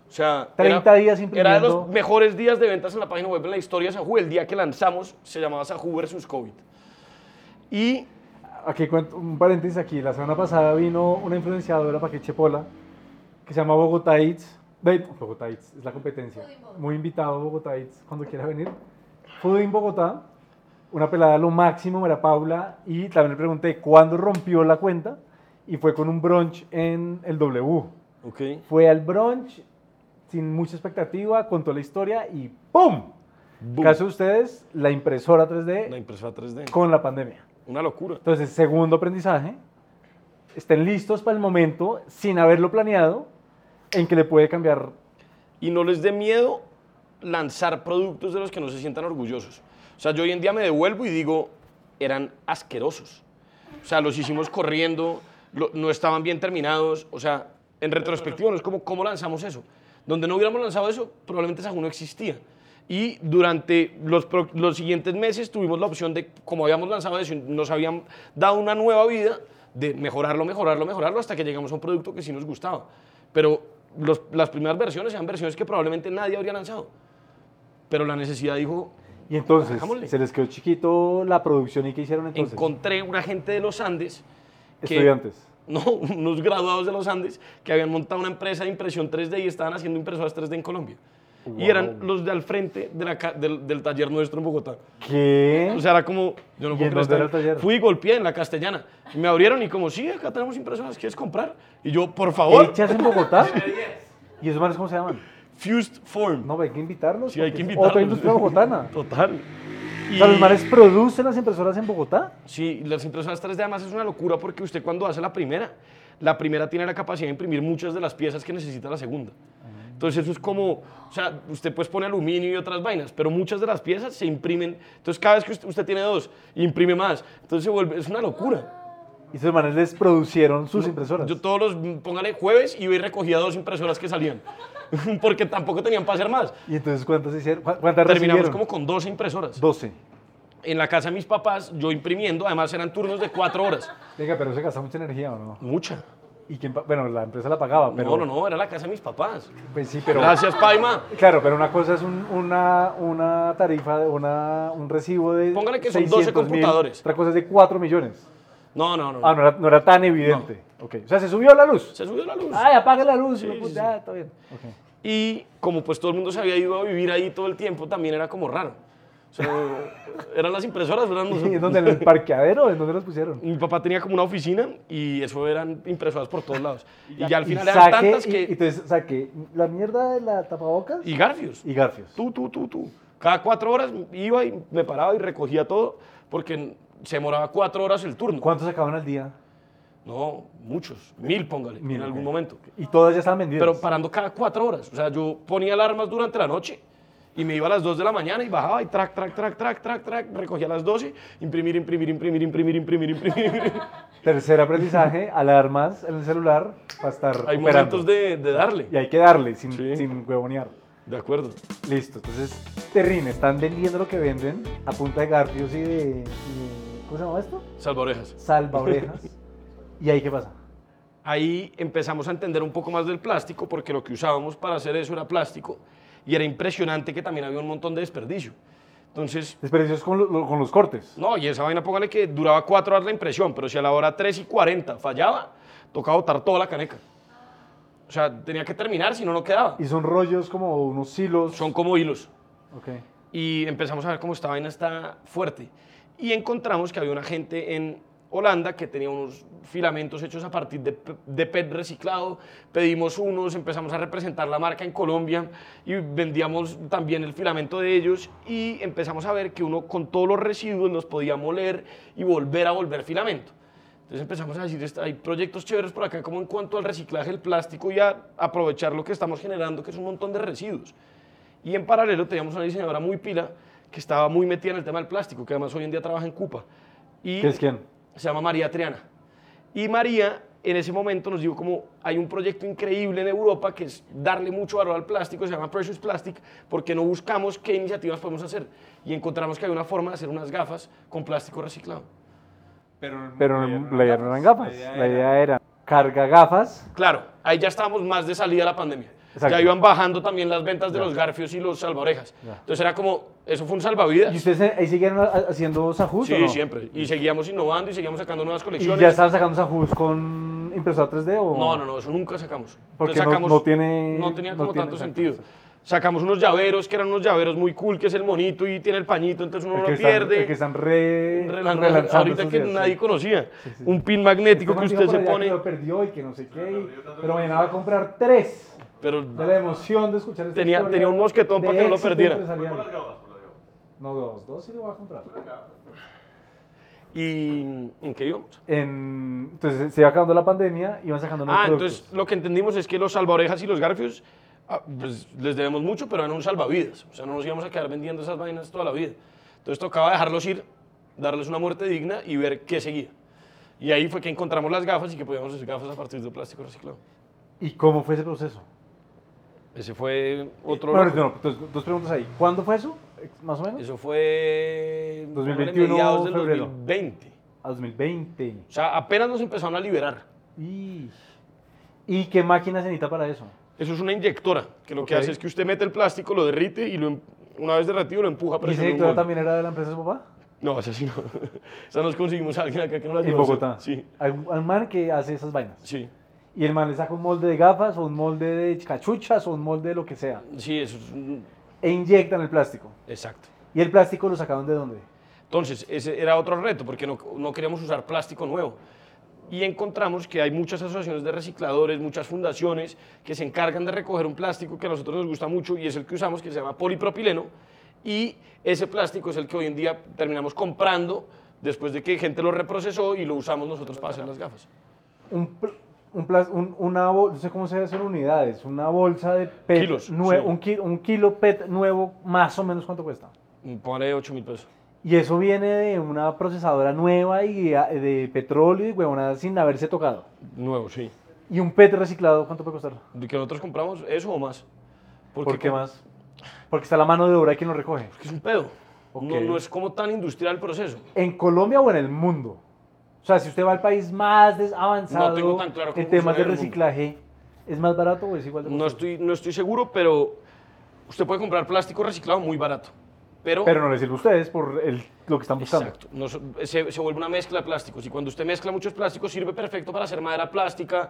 S2: O sea,
S1: 30 días imprimiendo.
S2: Era de los mejores días de ventas en la página web en la historia de Sahu. El día que lanzamos se llamaba Sahu versus COVID. Y
S1: Aquí cuento un paréntesis aquí. La semana pasada vino una influenciadora para que Chepola, que se llama Bogotá Eats. De- Bogotá Eats es la competencia. Muy invitado Bogotá Eats cuando quiera venir. Food in Bogotá, una pelada lo máximo, Mara Paula, y también le pregunté cuándo rompió la cuenta y fue con un brunch en el W. Fue al brunch sin mucha expectativa, contó la historia y ¡pum!
S2: Boom.
S1: Caso de ustedes, la impresora 3D
S2: la impresora 3D.
S1: con la pandemia.
S2: Una locura.
S1: Entonces, segundo aprendizaje, estén listos para el momento, sin haberlo planeado, en que le puede cambiar.
S2: Y no les dé miedo lanzar productos de los que no se sientan orgullosos. O sea, yo hoy en día me devuelvo y digo, eran asquerosos. O sea, los hicimos corriendo, lo- no estaban bien terminados. O sea, en retrospectiva, no es como cómo lanzamos eso. Donde no hubiéramos lanzado eso, probablemente Sahu no existía. Y durante los, pro- los siguientes meses tuvimos la opción de, como habíamos lanzado eso, y nos habían dado una nueva vida, de mejorarlo, mejorarlo, mejorarlo, hasta que llegamos a un producto que sí nos gustaba. Pero los- las primeras versiones eran versiones que probablemente nadie habría lanzado. Pero la necesidad dijo,
S1: Y entonces,
S2: Hagámosle.
S1: se les quedó chiquito la producción y ¿qué hicieron entonces?
S2: encontré una gente de los Andes que-
S1: Estudiantes.
S2: No, unos graduados de los Andes que habían montado una empresa de impresión 3D y estaban haciendo impresoras 3D en Colombia. Y eran los de al frente de la ca- del, del taller nuestro en Bogotá.
S1: ¿Qué?
S2: O sea, era como, yo no
S1: ¿Y
S2: puedo
S1: en
S2: creer
S1: dónde era
S2: esta-
S1: el taller?
S2: Fui y golpeé en la castellana. Y me abrieron y como, sí, acá tenemos impresoras, ¿quieres comprar? Y yo, por favor,
S1: ¿Hechas en Bogotá? ¿Y esos manes cómo se llaman?
S2: Fused Form.
S1: No, hay que invitarlos.
S2: sí, hay
S1: porque
S2: que
S1: es
S2: invitarlos.
S1: Otra industria bogotana.
S2: Total.
S1: O sea, los
S2: Y-
S1: manes producen las impresoras en Bogotá.
S2: Sí, y las impresoras 3D además es una locura porque usted cuando hace la primera, la primera tiene la capacidad de imprimir muchas de las piezas que necesita la segunda. Entonces eso es como, o sea, usted pues pone aluminio y otras vainas, pero muchas de las piezas se imprimen. Entonces cada vez que usted, usted tiene dos, imprime más. Entonces se vuelve, es una locura.
S1: Y esos manes les producieron sus impresoras.
S2: Yo todos los, póngale jueves y hoy recogía dos impresoras que salían, porque tampoco tenían para hacer más.
S1: ¿Y entonces cuántas hicieron? ¿Cu- ¿Cuántas
S2: Terminamos
S1: recibieron?
S2: como con 12 impresoras.
S1: 12.
S2: En la casa de mis papás, yo imprimiendo, además eran turnos de cuatro horas.
S1: Venga, pero se gasta mucha energía, ¿o no?
S2: Mucha.
S1: ¿Y quién pa- bueno, la empresa la pagaba, pero...
S2: No, no, no, era la casa de mis papás.
S1: Pues sí, pero...
S2: Gracias, Paima.
S1: Claro, pero una cosa es un- una, una tarifa, de una, un recibo de
S2: Póngale que son 12
S1: 600 mil,
S2: computadores.
S1: otra cosa es de 4 millones.
S2: No, no, no.
S1: Ah, no era, no era tan evidente. Ok, o sea, se subió la luz.
S2: Se subió la luz.
S1: Ay, apague la luz.
S2: Sí,
S1: hijo de puta,
S2: sí, sí.
S1: ah, está bien. Ok.
S2: Y como pues todo el mundo se había ido a vivir ahí todo el tiempo, también era como raro. O sea, eran las impresoras, eran
S1: ¿Y en
S2: nosotros.
S1: dónde? ¿En el parqueadero? ¿En dónde los pusieron?
S2: Mi papá tenía como una oficina y eso eran impresoras por todos lados. Y ya, al
S1: Y
S2: final eran
S1: saqué-
S2: tantas
S1: y-
S2: que...
S1: y entonces saqué la mierda de la tapabocas
S2: y Garfios.
S1: y garfios.
S2: Tú, tú, tú, tú. Cada cuatro horas iba y me paraba y recogía todo porque se demoraba cuatro horas el turno.
S1: ¿Cuántos sacaban al día?
S2: No, muchos. Mil, póngale,
S1: Mil,
S2: en algún
S1: ok.
S2: momento.
S1: Y todas ya estaban vendidas.
S2: pero parando cada cuatro horas. O sea, yo ponía alarmas durante la noche y me iba a las 2 de la mañana y bajaba y track, track, track, track, track, track, recogía a las 12, imprimir, imprimir, imprimir, imprimir, imprimir, imprimir. imprimir.
S1: Tercer aprendizaje, alarmas en el celular para estar
S2: Hay
S1: operando.
S2: momentos de, de darle.
S1: Y hay que darle sin,
S2: Sí.
S1: sin huevonear.
S2: De acuerdo.
S1: Listo, entonces, Terrín, están vendiendo lo que venden a punta de garfios y de... y de- ¿Cómo se llama esto?
S2: Salva orejas.
S1: Salva orejas. ¿Y ahí qué pasa?
S2: Ahí empezamos a entender un poco más del plástico porque lo que usábamos para hacer eso era plástico y era impresionante que también había un montón de desperdicio. Entonces,
S1: Desperdicios con, lo- con los cortes.
S2: No, y esa vaina, póngale que duraba cuatro horas la impresión, pero si a la hora 3 y 40 fallaba, tocaba botar toda la caneca. O sea, tenía que terminar, si no, no quedaba.
S1: Y son rollos como unos hilos.
S2: Son como hilos.
S1: Ok.
S2: Y empezamos a ver cómo esta vaina está fuerte. Y encontramos que había una gente en Holanda que tenía unos filamentos hechos a partir de, pe- de PET reciclado. Pedimos unos, empezamos a representar la marca en Colombia y vendíamos también el filamento de ellos. Y empezamos a ver que uno con todos los residuos los podía moler y volver a volver filamento. Entonces empezamos a decir, "Está- hay proyectos chéveres por acá como en cuanto al reciclaje del plástico y a aprovechar lo que estamos generando, que es un montón de residuos. Y en paralelo teníamos una diseñadora muy pila que estaba muy metida en el tema del plástico, que además hoy en día trabaja en Cupa. Y
S1: ¿Qué es quién?
S2: Se llama María Triana. Y María en ese momento nos dijo como hay un proyecto increíble en Europa que es darle mucho valor al plástico, se llama Precious Plastic, porque no buscamos qué iniciativas podemos hacer. Y encontramos que hay una forma de hacer unas gafas con plástico reciclado.
S3: Pero,
S1: Pero la idea no eran gafas. La
S3: era-
S1: idea era carga gafas.
S2: Claro, ahí ya estábamos más de salida a la pandemia.
S1: Exacto.
S2: Ya iban bajando también las ventas de los garfios y los salvaorejas. Entonces era como, eso fue un salvavidas.
S1: ¿Y ustedes ahí siguieron ha- haciendo sajus
S2: Sí,
S1: o no?
S2: siempre. Y seguíamos innovando y seguíamos sacando nuevas
S1: ¿Y
S2: colecciones.
S1: ya estaban sacando sajus con impresora 3D o...?
S2: No, no, no, eso nunca sacamos.
S1: Porque
S2: Entonces
S1: no-
S2: sacamos-
S1: no tiene-
S2: No tenía
S1: no
S2: como
S1: tiene
S2: tanto
S1: exacto,
S2: sentido.
S1: exacto.
S2: Sacamos unos llaveros que eran unos llaveros muy cool, que es el monito y tiene el pañito, entonces uno
S1: El
S2: no
S1: que,
S2: lo
S1: están,
S2: pierde.
S1: el que están re-
S2: Relan-
S1: relanzando
S2: ahorita
S1: esos
S2: que
S1: días,
S2: nadie
S1: sí.
S2: conocía.
S1: sí.
S2: Un pin magnético que
S1: Este man dijo por
S2: usted se
S1: allá que
S2: pone.
S1: lo perdió y que no sé qué, y- pero mañana va a comprar tres.
S2: Pero
S1: De la emoción de escuchar esta
S2: Tenía-
S1: historia
S2: tenía un mosquetón
S1: de
S2: para que no lo
S1: éxito
S2: perdiera.
S1: empresarial. No, dos, dos sí lo va a comprar.
S2: ¿Y en qué íbamos?
S1: En- entonces se iba acabando la pandemia, iban sacando nuevos
S2: Ah,
S1: productos.
S2: entonces lo que entendimos es que los salvaorejas y los garfios ah, pues, les debemos mucho, pero eran un salvavidas. O sea, no nos íbamos a quedar vendiendo esas vainas toda la vida. Entonces tocaba dejarlos ir, darles una muerte digna y ver qué seguía. Y ahí fue que encontramos las gafas y que podíamos hacer gafas a partir de plástico reciclado.
S1: ¿Y cómo fue ese proceso?
S2: Ese fue otro...
S1: Bueno, no, entonces, dos preguntas ahí. ¿Cuándo fue eso? Más o menos.
S2: Eso fue...
S1: 2021,
S2: mediados del
S1: febrero.
S2: 2020.
S1: A 2020.
S2: O sea, apenas nos empezaron a liberar.
S1: Y, ¿Y qué máquina se necesita para eso?
S2: Eso es una inyectora, que lo que
S1: Ok.
S2: hace es que usted mete el plástico, lo derrite y lo, em- una vez derretido lo empuja a
S1: ¿Y ese
S2: presión. en un
S1: director
S2: molde.
S1: también era de la empresa de su papá?
S2: No, esa sí no. Esa nos conseguimos a alguien acá que nos la
S1: En
S2: ayudó a hacer.
S1: Bogotá.
S2: Sí,
S1: Hay un hay un man que hace esas vainas.
S2: sí.
S1: Y el man le saca un molde de gafas o un molde de cachuchas o un molde de lo que sea.
S2: Sí, eso es un-
S1: E inyectan el plástico.
S2: Exacto.
S1: ¿Y el plástico lo sacaron de dónde?
S2: Entonces, ese era otro reto, porque no, no queríamos usar plástico nuevo. Y encontramos que hay muchas asociaciones de recicladores, muchas fundaciones que se encargan de recoger un plástico que a nosotros nos gusta mucho y es el que usamos, que se llama polipropileno. Y ese plástico es el que hoy en día terminamos comprando después de que gente lo reprocesó y lo usamos nosotros para hacer las gafas.
S1: Un, pl- un plas- un- una bol- no sé cómo se hace en unidades, una bolsa de PET.
S2: Kilos,
S1: nue-
S2: sí.
S1: un, ki- un kilo PET nuevo, más o menos cuánto cuesta.
S2: Pone 8 mil pesos.
S1: Y eso viene de una procesadora nueva y a- de petróleo y huevonada sin haberse tocado.
S2: Nuevo, sí.
S1: ¿Y un PET reciclado cuánto puede costar?
S2: ¿De que nosotros compramos eso o más? Porque
S1: ¿Por qué más? Porque está la mano de obra de quien lo recoge.
S2: Porque es un pedo.
S1: Ok.
S2: No, no es como tan industrial el proceso.
S1: ¿En Colombia o en el mundo? O sea, si usted va al país más des- avanzado
S2: No tengo tan claro cómo
S1: en temas de
S2: funciona el mundo.
S1: reciclaje, ¿es más barato o es igual de
S2: No
S1: costoso?
S2: estoy, no estoy seguro, pero usted puede comprar plástico reciclado muy barato. Pero,
S1: Pero no les sirve a ustedes por el- lo que están buscando.
S2: exacto, no so- se, se vuelve una mezcla de plásticos. Y cuando usted mezcla muchos plásticos, sirve perfecto para hacer madera plástica.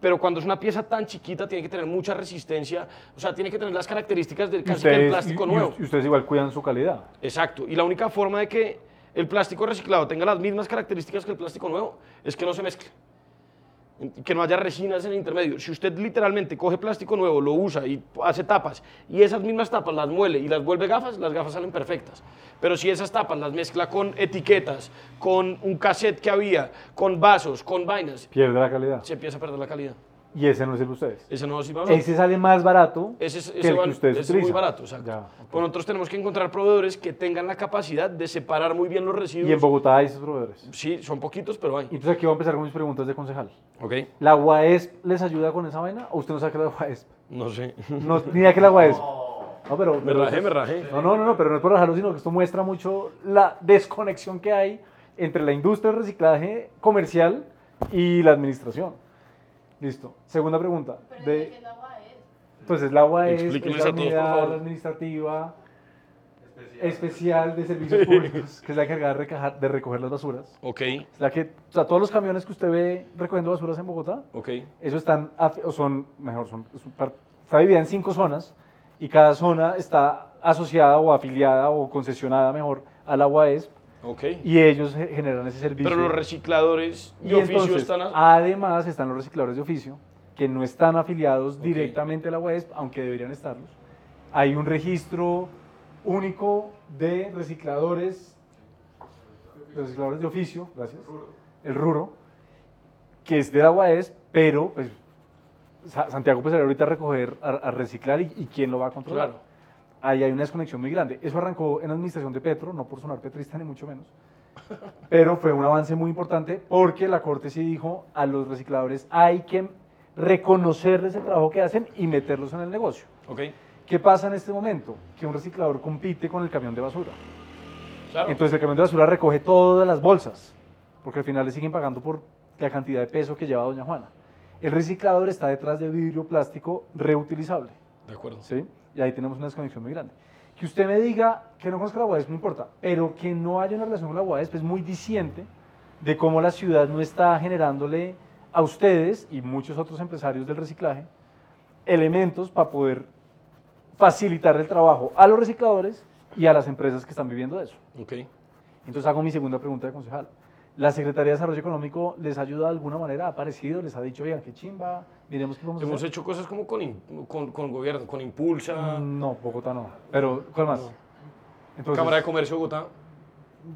S2: Pero cuando es una pieza tan chiquita, tiene que tener mucha resistencia. O sea, tiene que tener las características del
S1: Y
S2: casi que el
S1: ustedes-
S2: plástico
S1: y- y-
S2: nuevo.
S1: y ustedes igual cuidan su calidad.
S2: Exacto. Y la única forma de que el plástico reciclado tenga las mismas características que el plástico nuevo es que no se mezcle. Que no haya resinas en el intermedio. Si usted literalmente coge plástico nuevo, lo usa y hace tapas, y esas mismas tapas las muele y las vuelve gafas, las gafas salen perfectas. Pero si esas tapas las mezcla con etiquetas, con un cassette que había, con vasos, con vainas,
S1: Pierde la calidad.
S2: se empieza a perder la calidad.
S1: Y ese no les sirve a ustedes.
S2: Ese Eh, no sirve a nosotros.
S1: Ese sale más barato
S2: Ese, es-
S1: que
S2: ese
S1: el que
S2: val-
S1: ustedes
S2: ese es
S1: utilizan.
S2: muy barato, exacto.
S1: Ya, ok.
S2: Pero nosotros tenemos que encontrar proveedores que tengan la capacidad de separar muy bien los residuos.
S1: Y en Bogotá hay esos proveedores.
S2: Sí, son poquitos, pero hay.
S1: Y entonces aquí voy a empezar con mis preguntas de concejal.
S2: Ok.
S1: ¿La UAESP les ayuda con esa vaina? ¿O usted no sabe qué es la UAESP?
S2: No sé.
S1: No, ni idea qué es la UAESP. No, pero,
S2: Me
S1: pero-
S2: rajé, me rajé.
S1: No, no, no, no, pero no es por rajarlo, sino que esto muestra mucho la desconexión que hay entre la industria del reciclaje comercial y la administración. Listo. Segunda pregunta.
S3: Pero
S1: De,
S3: es que el agua es.
S1: Entonces, la agua es, es la
S2: Explíquenles a todos, por
S1: unidad
S2: favor.
S1: administrativa especial de servicios públicos, que es la encargada de, recajar- de recoger las basuras.
S2: Ok,
S1: Es la que, o sea, todos los camiones que usted ve recogiendo basuras en Bogotá,
S2: ok.
S1: eso están, af- o son, mejor, son, son par- está dividida en cinco zonas y cada zona está asociada o afiliada o concesionada, mejor, al agua es
S2: Ok.
S1: y ellos ge- generan ese servicio.
S2: Pero los recicladores
S1: Y
S2: de oficio
S1: entonces, ah,
S2: están... a-
S1: Además, están los recicladores de oficio, que no están afiliados directamente a la UESP, aunque deberían estarlos. Hay un registro único de recicladores, de recicladores de oficio, gracias, el RURO, que es de la UESP, pero pues, Sa- Santiago pues salió ahorita a recoger, a, a reciclar y, y quién lo va a controlar.
S2: Claro.
S1: Ahí hay una desconexión muy grande. Eso arrancó en la administración de Petro, no por sonar petrista ni mucho menos, pero fue un avance muy importante porque la Corte sí dijo a los recicladores hay que reconocerles el trabajo que hacen y meterlos en el negocio.
S2: Ok,
S1: ¿Qué pasa en este momento? Que un reciclador compite con el camión de basura.
S2: claro.
S1: Entonces el camión de basura recoge todas las bolsas, porque al final le siguen pagando por la cantidad de peso que lleva doña Juana. El reciclador está detrás de vidrio plástico reutilizable,
S2: de acuerdo.
S1: ¿sí? Y ahí tenemos una desconexión muy grande. Que usted me diga que no conozca la UAESP no importa, pero que no haya una relación con la UAESP es muy diciente de cómo la ciudad no está generándole a ustedes y muchos otros empresarios del reciclaje elementos para poder facilitar el trabajo a los recicladores y a las empresas que están viviendo de eso.
S2: Ok.
S1: Entonces hago mi segunda pregunta de concejal. ¿La Secretaría de Desarrollo Económico les ayuda de alguna manera? ¿Ha aparecido? ¿Les ha dicho, oigan, qué chimba? Miremos qué vamos a
S2: Hemos
S1: hacer.
S2: hecho cosas como con, im- con, con gobierno, con Impulsa,
S1: No, Bogotá no. Pero, ¿cuál más?
S2: No.
S1: Mm, Entonces,
S2: Cámara de Comercio de Bogotá.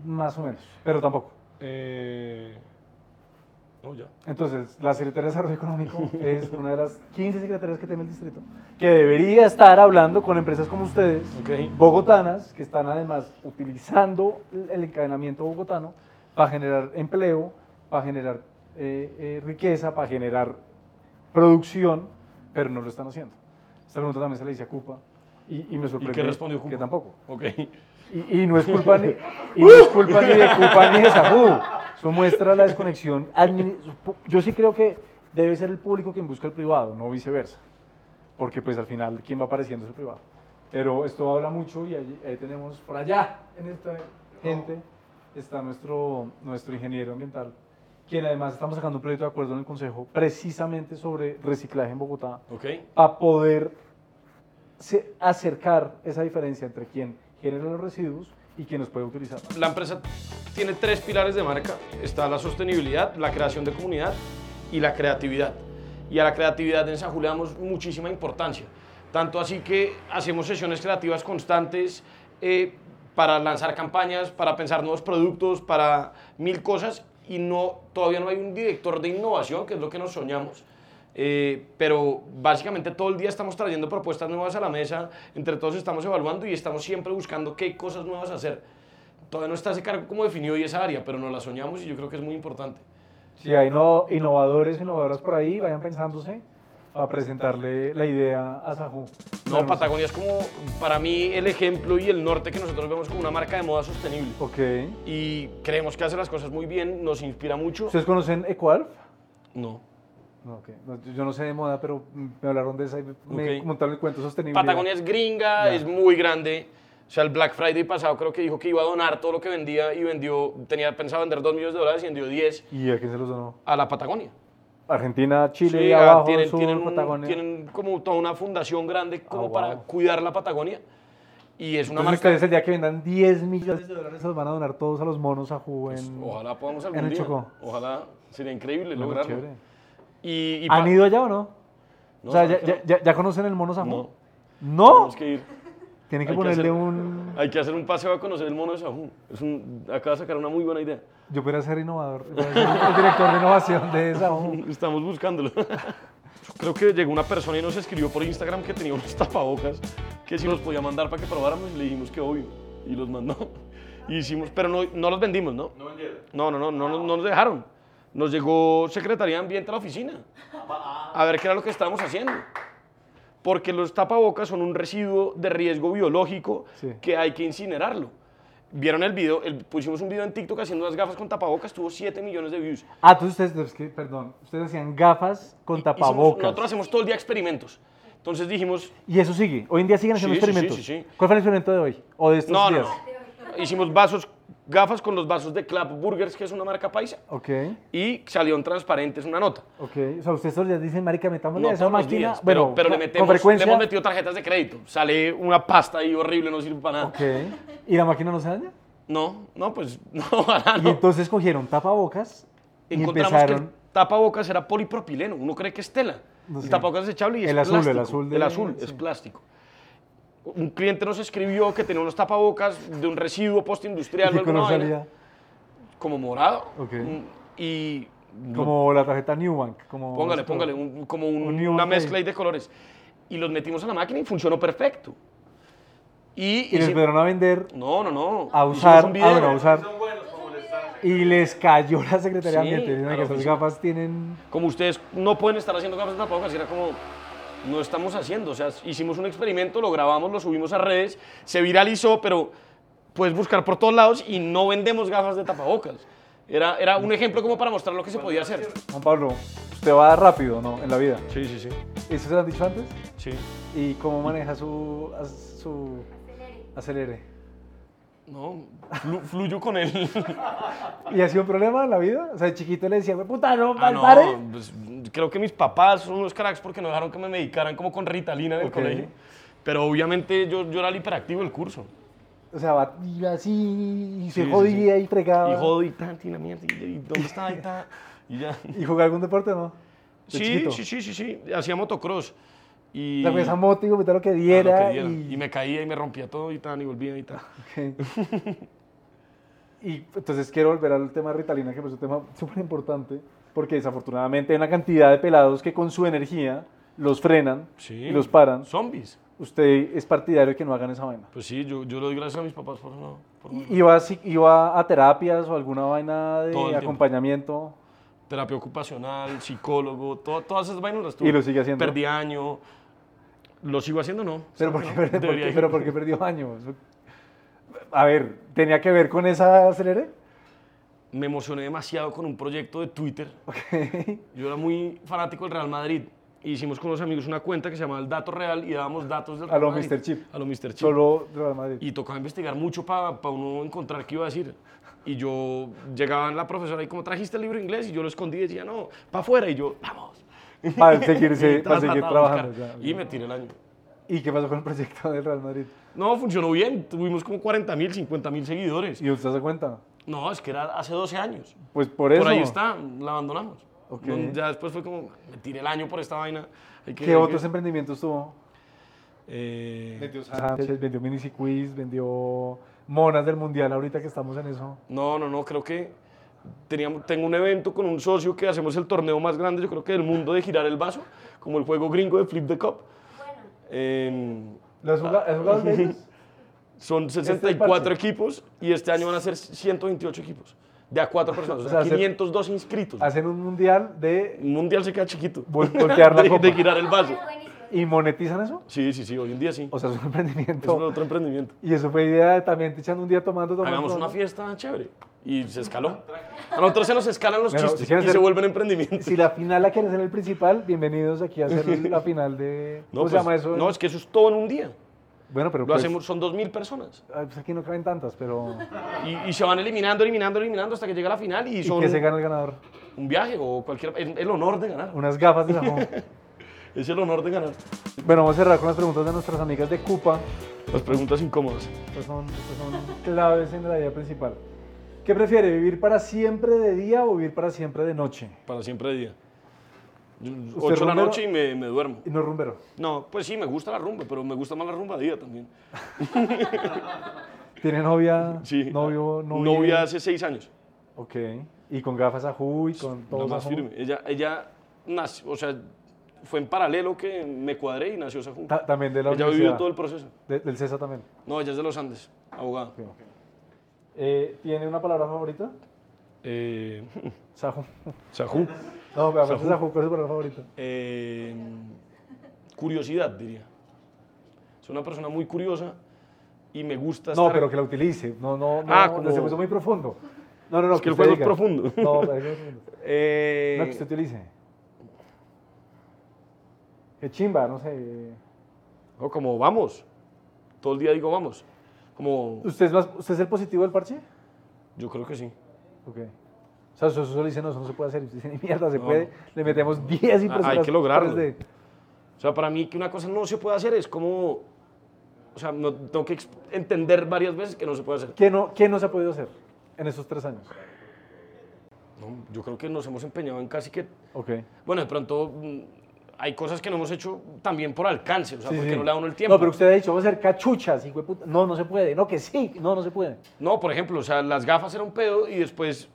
S1: Más o menos, pero tampoco.
S2: Eh... No, ya.
S1: Entonces, la Secretaría de Desarrollo Económico es una de las 15 secretarías que tiene el distrito, que debería estar hablando con empresas como ustedes,
S2: Ok.
S1: bogotanas, que están además utilizando el el encadenamiento bogotano para generar empleo, para generar eh, eh, riqueza, para generar producción, pero no lo están haciendo. Esta pregunta también se le dice a Cupa y, y me sorprende
S2: qué respondió Cupa?
S1: que tampoco.
S2: Ok.
S1: Y, y no es culpa ni, y no es culpa ni de Cupa ni de Sajú. Eso muestra la desconexión. admini- Yo sí creo que debe ser el público quien busca el privado, no viceversa. Porque pues al final quien va apareciendo es el privado. Pero esto habla mucho y ahí, ahí tenemos por allá en esta gente está nuestro, nuestro ingeniero ambiental quien además estamos sacando un proyecto de acuerdo en el Consejo precisamente sobre reciclaje en Bogotá,
S2: ¿Ok?
S1: para poder se- acercar esa diferencia entre quien genera los residuos y quien los puede utilizar.
S2: La empresa tiene tres pilares de marca. Está la sostenibilidad, la creación de comunidad y la creatividad. Y a la creatividad en San Julio le damos muchísima importancia. Tanto así que hacemos sesiones creativas constantes eh, para lanzar campañas, para pensar nuevos productos, para mil cosas. Y no, todavía no hay un director de innovación, que es lo que nos soñamos. Eh, pero básicamente todo el día estamos trayendo propuestas nuevas a la mesa, entre todos estamos evaluando y estamos siempre buscando qué cosas nuevas hacer todavía no está ese cargo como definido y esa área, pero nos la soñamos y yo creo que es muy importante.
S1: Si hay no, innovadores, innovadoras por ahí, vayan pensándose a presentarle la idea a Sajú.
S2: No, Patagonia es como para mí el ejemplo y el norte que nosotros vemos como una marca de moda sostenible.
S1: Ok.
S2: Y creemos que hace las cosas muy bien, nos inspira mucho.
S1: ¿Ustedes conocen Equalf?
S2: No.
S1: No, ok. No, yo no sé de moda, pero mm, me hablaron de esa y me
S2: Ok.
S1: montaron el cuento sostenible.
S2: Patagonia es gringa,
S1: Ya.
S2: es muy grande. O sea, el Black Friday pasado creo que dijo que iba a donar todo lo que vendía y vendió, tenía pensado vender 2 millones de dólares y vendió 10
S1: ¿Y a quién se los donó?
S2: a la Patagonia.
S1: Argentina, Chile,
S2: Sí, ah,
S1: abajo,
S2: tienen,
S1: sur,
S2: tienen un-
S1: Patagonia.
S2: tienen como toda una fundación grande como
S1: Ah,
S2: para
S1: wow.
S2: cuidar la Patagonia. Y es una
S1: Entonces,
S2: marca...
S1: ustedes el día que vendan 10 millones de dólares se los van a donar todos a los monos a Ju en...
S2: Pues, Ojalá podamos algún
S1: en el
S2: día.
S1: Chocó.
S2: Ojalá sería increíble
S1: No,
S2: lograrlo.
S1: chévere.
S2: Y, y pa-
S1: ¿Han ido allá o no?
S2: No,
S1: o sea,
S2: ¿sabes
S1: ya,
S2: qué?
S1: ya- ya- ya conocen el mono Sajú?
S2: No.
S1: ¿No?
S2: Tenemos que ir.
S1: Tienen que
S2: hay que
S1: ponerle
S2: hacer-
S1: un...
S2: Hay que hacer un paseo a conocer el mono de Sajú. Es un, acaba de sacar una muy buena idea.
S1: Yo podría ser innovador, yo podría ser el director de innovación de Sajú.
S2: Estamos buscándolo. Yo Creo que llegó una persona y nos escribió por Instagram que tenía unos tapabocas que si los podía mandar para que probáramos y le dijimos que obvio. Y los mandó. Y hicimos, pero no, no los vendimos, ¿no? No No, no, no, no, nos dejaron. Nos llegó Secretaría de Ambiente a la oficina a ver qué era lo que estábamos haciendo. Porque los tapabocas son un residuo de riesgo biológico
S1: Sí.
S2: que hay que incinerarlo. Vieron el video, El- pusimos un video en TikTok haciendo unas gafas con tapabocas, tuvo 7 millones de views.
S1: Ah, entonces ustedes, es que, perdón, ustedes hacían gafas con
S2: Hicimos-
S1: tapabocas.
S2: nosotros hacemos todo el día experimentos. Entonces dijimos,
S1: Y eso sigue. Hoy en día siguen haciendo
S2: Sí, sí, sí,
S1: experimentos.
S2: sí, sí.
S1: ¿Cuál fue el experimento de hoy? ¿O de estos
S2: no, no,
S1: días?
S2: no. Hicimos vasos, gafas con los vasos de Clap Burgers, que es una marca paisa,
S1: Ok,
S2: y salieron transparentes una nota.
S1: ok. O sea, ustedes todos los días dicen, marica, metámosle
S2: No
S1: a esa
S2: todos los
S1: máquina.
S2: días, pero,
S1: bueno,
S2: pero le
S1: con-
S2: metemos,
S1: con frecuencia.
S2: le hemos metido tarjetas de crédito. Sale una pasta ahí horrible, no sirve para nada.
S1: Ok. ¿Y la máquina no se daña?
S2: No, no, pues no, ojalá
S1: Y
S2: no.
S1: entonces cogieron tapabocas y
S2: Encontramos que
S1: empezaron...
S2: el tapabocas era polipropileno. Uno cree que es tela.
S1: No
S2: el
S1: sé.
S2: tapabocas es echable y es
S1: El azul, el
S2: plástico.
S1: azul de-
S2: El azul, es
S1: sí.
S2: plástico. Un cliente nos escribió que tenía unos tapabocas de un residuo
S1: ¿Y
S2: postindustrial o
S1: qué
S2: alguna
S1: color
S2: vaina,
S1: salía?
S2: como morado.
S1: Ok.
S2: Mm, Y
S1: Como la tarjeta Newbank. Como
S2: póngale, póngale, un- como un-
S1: Un New
S2: una
S1: York
S2: mezcla
S1: ahí.
S2: ahí de colores. Y los metimos a la máquina y funcionó perfecto. Y,
S1: Y les
S2: hice-
S1: empezaron a vender,
S2: No, no, no.
S1: a
S2: Hicimos
S1: usar,
S2: un
S1: ah,
S2: video.
S1: bueno, a usar. Y les cayó la Secretaría
S2: Sí,
S1: de Ambiente. Dicen
S2: a la
S1: que esas
S2: oficina.
S1: gafas tienen...
S2: como ustedes no pueden estar haciendo gafas de tapabocas, era como, no estamos haciendo, o sea, hicimos un experimento, lo grabamos, lo subimos a redes, se viralizó, pero puedes buscar por todos lados y no vendemos gafas de tapabocas. Era, era un ejemplo como para mostrar lo que se podía hacer.
S1: Juan Pablo, usted va rápido, ¿no? En la vida.
S2: Sí, sí, sí.
S1: ¿Eso se lo han dicho antes?
S2: sí.
S1: ¿Y cómo maneja su, as- su acelere?
S2: No, flu- fluyo con él.
S1: ¿Y ha sido un problema en la vida? O sea, de chiquito le decía, "Güey, puta, no,
S2: Ah,
S1: mal pare".
S2: no, pues, creo que mis papás son unos cracks porque no dejaron que me medicaran como con ritalina en el
S1: Ok.
S2: colegio. Pero obviamente yo, yo era el hiperactivo del curso.
S1: O sea, va- iba así, y
S2: Sí,
S1: se
S2: sí,
S1: jodía y fregaba.
S2: Y jodo y tanto, y la mierda, y, y dónde está, y ta, y ya.
S1: ¿Y jugaba algún deporte o no? De
S2: Sí,
S1: chiquito.
S2: sí, sí, sí, sí, hacía motocross. Y,
S1: La esa moto y vomitar lo que
S2: Ah, lo que
S1: diera.
S2: diera.
S1: y,
S2: Y me caía y me rompía todo y tal, y volvía y tal.
S1: Ok. Y entonces quiero volver al tema de Ritalina, que pues es un tema súper importante, porque desafortunadamente hay una cantidad de pelados que con su energía los frenan
S2: Sí.
S1: y los paran.
S2: Zombies.
S1: Usted es partidario de que no hagan esa vaina.
S2: Pues sí, yo, yo le doy gracias a mis papás por no. por no.
S1: ¿Iba, a psi- iba a terapias o alguna vaina
S2: Todo
S1: de
S2: el tiempo.
S1: acompañamiento?
S2: Terapia ocupacional, psicólogo, to- todas esas vainas las tuve.
S1: ¿Y lo sigue haciendo?
S2: Perdí año. ¿Lo sigo haciendo no?
S1: ¿Pero por, qué,
S2: Debería
S1: pero por qué-
S2: ir.
S1: pero por qué perdió años? A ver, ¿tenía que ver con esa acelere?
S2: Me emocioné demasiado con un proyecto de Twitter.
S1: Ok.
S2: Yo era muy fanático del Real Madrid. y hicimos con unos amigos una cuenta que se llamaba El Dato Real y dábamos datos del
S1: A lo
S2: Real Madrid.
S1: Mr. Chip.
S2: A lo Mr. Chip.
S1: Solo Real Madrid.
S2: Y tocaba investigar mucho para uno encontrar qué iba a decir. Y yo llegaba la profesora y como trajiste el libro de inglés y yo lo escondí y decía, no, para afuera. Y yo, vamos.
S1: Para seguirse-
S2: Y
S1: para
S2: ta, ta,
S1: seguir
S2: ta,
S1: trabajando,
S2: buscar.
S1: ya.
S2: Y me tiré el año.
S1: ¿Y qué pasó con el proyecto del Real Madrid?
S2: No, funcionó bien. Tuvimos como 40 mil, 50 mil seguidores.
S1: ¿Y usted se cuenta?
S2: No, es que era hace 12 años.
S1: Pues por eso.
S2: ahí está, la abandonamos.
S1: Ok.
S2: No, ya después fue como, me tiré el año por esta vaina. Hay que-
S1: ¿Qué
S2: hay
S1: otros
S2: que-
S1: emprendimientos tuvo?
S2: Eh,
S1: Sánchez, vendió Minici Quiz, vendió Monas del Mundial, ahorita que estamos en eso.
S2: No, no, no, creo que teníamos, tengo un evento con un socio que hacemos el torneo más grande, yo creo que del mundo de girar el vaso, como el juego gringo de Flip the Cup. Eh,
S1: ¿Los
S2: Ah.
S1: jugadores
S2: son
S1: es
S2: 64
S1: Este parche.
S2: equipos y este año van a ser 128 equipos, de a cuatro personas, o
S1: O
S2: sea,
S1: sea, se-
S2: 502 inscritos.
S1: Hacen un mundial de
S2: Un mundial se queda chiquito.
S1: vol- voltear la
S2: de, de
S1: copa.
S2: girar el vaso.
S1: ¿Y monetizan eso?
S2: Sí, sí, sí, hoy en día sí.
S1: O sea, es un
S2: Es un
S1: emprendimiento.
S2: otro emprendimiento.
S1: Y eso fue idea de también te echan un día tomando, tomando.
S2: Hagamos una
S1: tomando.
S2: fiesta chévere. Y se escaló. A nosotros se nos escalan los
S1: Bueno,
S2: chistes
S1: quisiera
S2: y se
S1: hacer-
S2: vuelven emprendimientos.
S1: Si la final la quieren hacer el principal, bienvenidos aquí a hacer la final de. ¿Cómo se
S2: pues,
S1: llama eso?
S2: No, es que eso es todo en un día.
S1: bueno, pero.
S2: Lo
S1: pues,
S2: hacemos, son 2.000 personas.
S1: ah, pues aquí no caben tantas, pero.
S2: Y, y se van eliminando, eliminando, eliminando hasta que llega la final y
S1: ¿Y
S2: son
S1: qué se gana el ganador?
S2: un viaje o cualquier... El, el honor de ganar.
S1: Unas gafas de Sajón.
S2: Es el honor de ganar.
S1: bueno, vamos a cerrar con las preguntas de nuestras amigas de Cupa.
S2: Las preguntas incómodas.
S1: Estas son, estas son claves en la idea principal. ¿Qué prefiere, vivir para siempre de día o vivir para siempre de noche?
S2: Para siempre de día. Yo-
S1: ¿Usted
S2: Ocho de la
S1: rumbero?
S2: noche y me, me duermo.
S1: Y no rumbero.
S2: No, pues sí, me gusta la rumba, pero me gusta más la rumba de día también.
S1: ¿Tiene novia?
S2: Sí.
S1: Novio, novia.
S2: Novia hace seis años.
S1: Ok. Y con gafas a y con todo.
S2: La más
S1: Sajú.
S2: firme. Ella, ella nació, o sea, fue en paralelo que me cuadré y nació esa junta.
S1: Ta- también de la
S2: Ella
S1: universidad.
S2: vivió todo el proceso.
S1: De- del CESA también.
S2: No, ella es de los Andes, abogada.
S1: Ok. Eh, ¿Tiene una palabra favorita?
S2: Eh,
S1: Sajú.
S2: Sajú.
S1: No, pero aparte Sajú, ¿cuál es su palabra favorita?
S2: Eh, curiosidad, diría. Soy una persona muy curiosa y me gusta
S1: No,
S2: estar...
S1: pero que la utilice. No, no, no.
S2: Ah, como-
S1: Se puso muy profundo. No, no, no.
S2: Es que el
S1: usted
S2: juego es
S1: diga.
S2: profundo.
S1: No, pero es profundo.
S2: Eh,
S1: No, que usted utilice. Qué chimba, no sé.
S2: no, como vamos. Todo el día digo vamos. Como...
S1: ¿Usted es, más, ¿Usted es el positivo del parche?
S2: Yo creo que sí.
S1: Ok. O sea, eso solo dice, no, eso no se puede hacer. Y usted dice, ni mierda, se
S2: No.
S1: puede. Le metemos 10 y
S2: Ah, hay que lograrlo.
S1: De...
S2: O sea, para mí que una cosa no se puede hacer es como... O sea, no- tengo que exp- entender varias veces que no se puede hacer.
S1: ¿Qué, no, ¿Qué no se ha podido hacer en estos tres años?
S2: No, yo creo que nos hemos empeñado en casi que
S1: Ok.
S2: Bueno, de pronto mm, hay cosas que no hemos hecho también por alcance, o sea,
S1: Sí,
S2: porque
S1: sí.
S2: no le da uno el tiempo.
S1: No, pero usted ha dicho, vamos a hacer cachuchas, hijo de puta. No, no se puede. No, que sí. No, no se puede.
S2: No, por ejemplo, o sea, las gafas era un pedo y después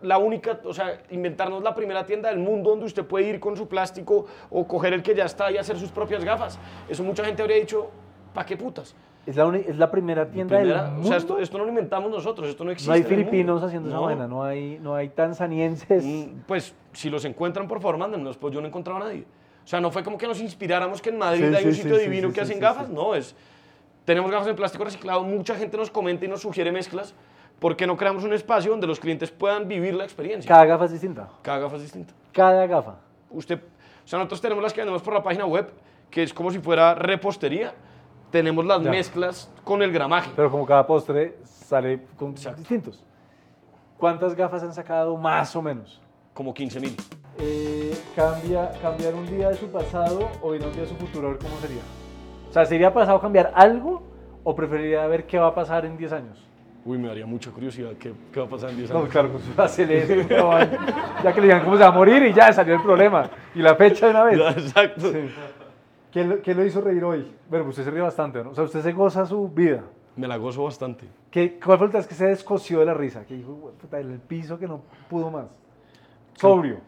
S2: la única, o sea, inventarnos la primera tienda del mundo donde usted puede ir con su plástico o coger el que ya está y hacer sus propias gafas. Eso mucha gente habría dicho, ¿pa' qué putas?
S1: Es la, uni- es la primera tienda
S2: Primera-
S1: del
S2: o
S1: mundo.
S2: sea, esto, esto no lo inventamos nosotros, esto no existe.
S1: no hay
S2: en el mundo.
S1: filipinos haciendo esa vaina, no hay, no hay tanzanienses.
S2: Mm, Pues si los encuentran, por favor, mándenlos, pues yo no encontraba a nadie. O sea, no fue como que nos inspiráramos que en Madrid
S1: Sí,
S2: hay un
S1: sí,
S2: sitio
S1: sí,
S2: divino
S1: sí,
S2: que
S1: sí,
S2: hacen
S1: sí,
S2: gafas,
S1: sí.
S2: no, es... Tenemos gafas de plástico reciclado, mucha gente nos comenta y nos sugiere mezclas, ¿por qué no creamos un espacio donde los clientes puedan vivir la experiencia? Cada,
S1: Cada gafa es distinta.
S2: gafa es distinta.
S1: Cada gafa.
S2: Usted, o sea, nosotros tenemos las que vendemos por la página web, que es como si fuera repostería, tenemos las
S1: Ya.
S2: mezclas con el gramaje.
S1: Pero como cada postre sale con distintos. ¿Cuántas gafas han sacado más o menos?
S2: como 15 mil.
S1: Eh, cambia, cambiar un día de su pasado o ir a un día de su futuro, a ver cómo sería. O sea, ¿sería pasado cambiar algo o preferiría ver qué va a pasar en 10 años?
S2: Uy, me daría mucha curiosidad qué, qué va a pasar en 10
S1: No,
S2: años.
S1: claro, pues acelere, weón. ya que le digan cómo se va a morir y ya salió el problema. Y la fecha de una vez.
S2: Ya, Exacto.
S1: Sí. ¿Qué, lo, qué lo hizo reír hoy? Bueno, pues usted se ríe bastante, ¿no? O sea, usted se goza su vida.
S2: Me la gozo bastante.
S1: ¿Qué, ¿Cuál fue el tras que se descoció de la risa? Que dijo, "Hue- puta, en el piso que no pudo más. Sobrio.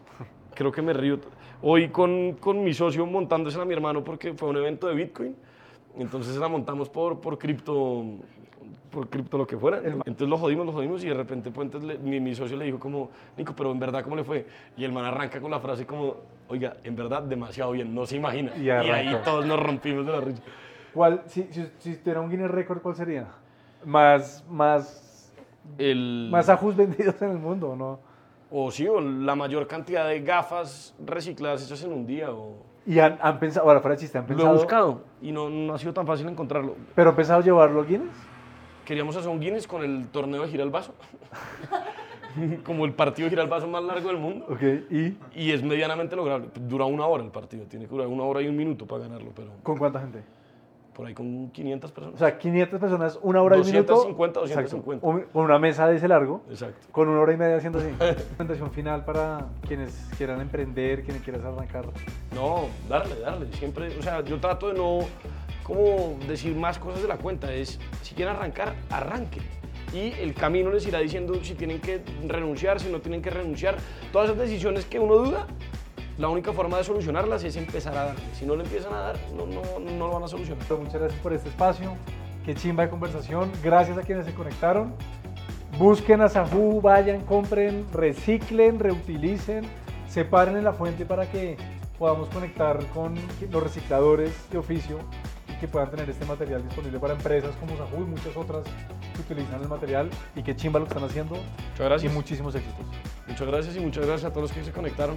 S2: Creo que me río. t- Hoy con, con mi socio montándosela a mi hermano porque fue un evento de Bitcoin. Entonces la montamos por, por cripto, por cripto lo que fuera. Entonces lo jodimos, lo jodimos y de repente Puentes, le- mi, mi socio le dijo como, Nico, pero en verdad, ¿cómo le fue? Y el man arranca con la frase como, oiga, en verdad, demasiado bien, no se imagina.
S1: Y
S2: Y, ahí
S1: arrancó.
S2: todos nos rompimos de la risa.
S1: ¿Cuál, si, si, si tuviera un Guinness Record, ¿cuál sería? Más, más,
S2: El,
S1: más ajus vendidos en el mundo, ¿o ¿no?
S2: o sí, o la mayor cantidad de gafas recicladas hechas en un día. O,
S1: Y han, han pensado, ahora fuera de chiste, han
S2: Lo he
S1: pensado.
S2: buscado y no, no ha sido tan fácil encontrarlo.
S1: Pero han pensado llevarlo a Guinness.
S2: Queríamos hacer un Guinness con el torneo de Giralbaso. Como el partido de Giralbaso más largo del mundo.
S1: Ok, y
S2: Y es medianamente lograble. Dura una hora el partido, tiene que durar una hora y un minuto para ganarlo, pero
S1: ¿con cuánta gente?
S2: por ahí con 500 personas.
S1: O sea, 500 personas, una hora y un minuto.
S2: 250, 250.
S1: Exacto. Un- Con una mesa de ese largo,
S2: Exacto.
S1: con una hora y media haciendo así. Presentación final para quienes quieran emprender, quienes quieran arrancar.
S2: No, darle, darle. Siempre, o sea, yo trato de no como decir más cosas de la cuenta. Es, si quieren arrancar, arranquen. Y el camino les irá diciendo si tienen que renunciar, si no tienen que renunciar. Todas esas decisiones que uno duda, la única forma de solucionarlas es empezar a darle. Si no le empiezan a dar, no, no, no lo van a solucionar.
S1: Pero muchas gracias por este espacio. Qué chimba de conversación. Gracias a quienes se conectaron. Busquen a Sahu, vayan, compren, reciclen, reutilicen, separen en la fuente para que podamos conectar con los recicladores de oficio y que puedan tener este material disponible para empresas como Sahu y muchas otras que utilizan el material. Y qué chimba lo que están haciendo.
S2: Muchas gracias.
S1: Y muchísimos éxitos.
S2: Muchas gracias y muchas gracias a todos los que se conectaron.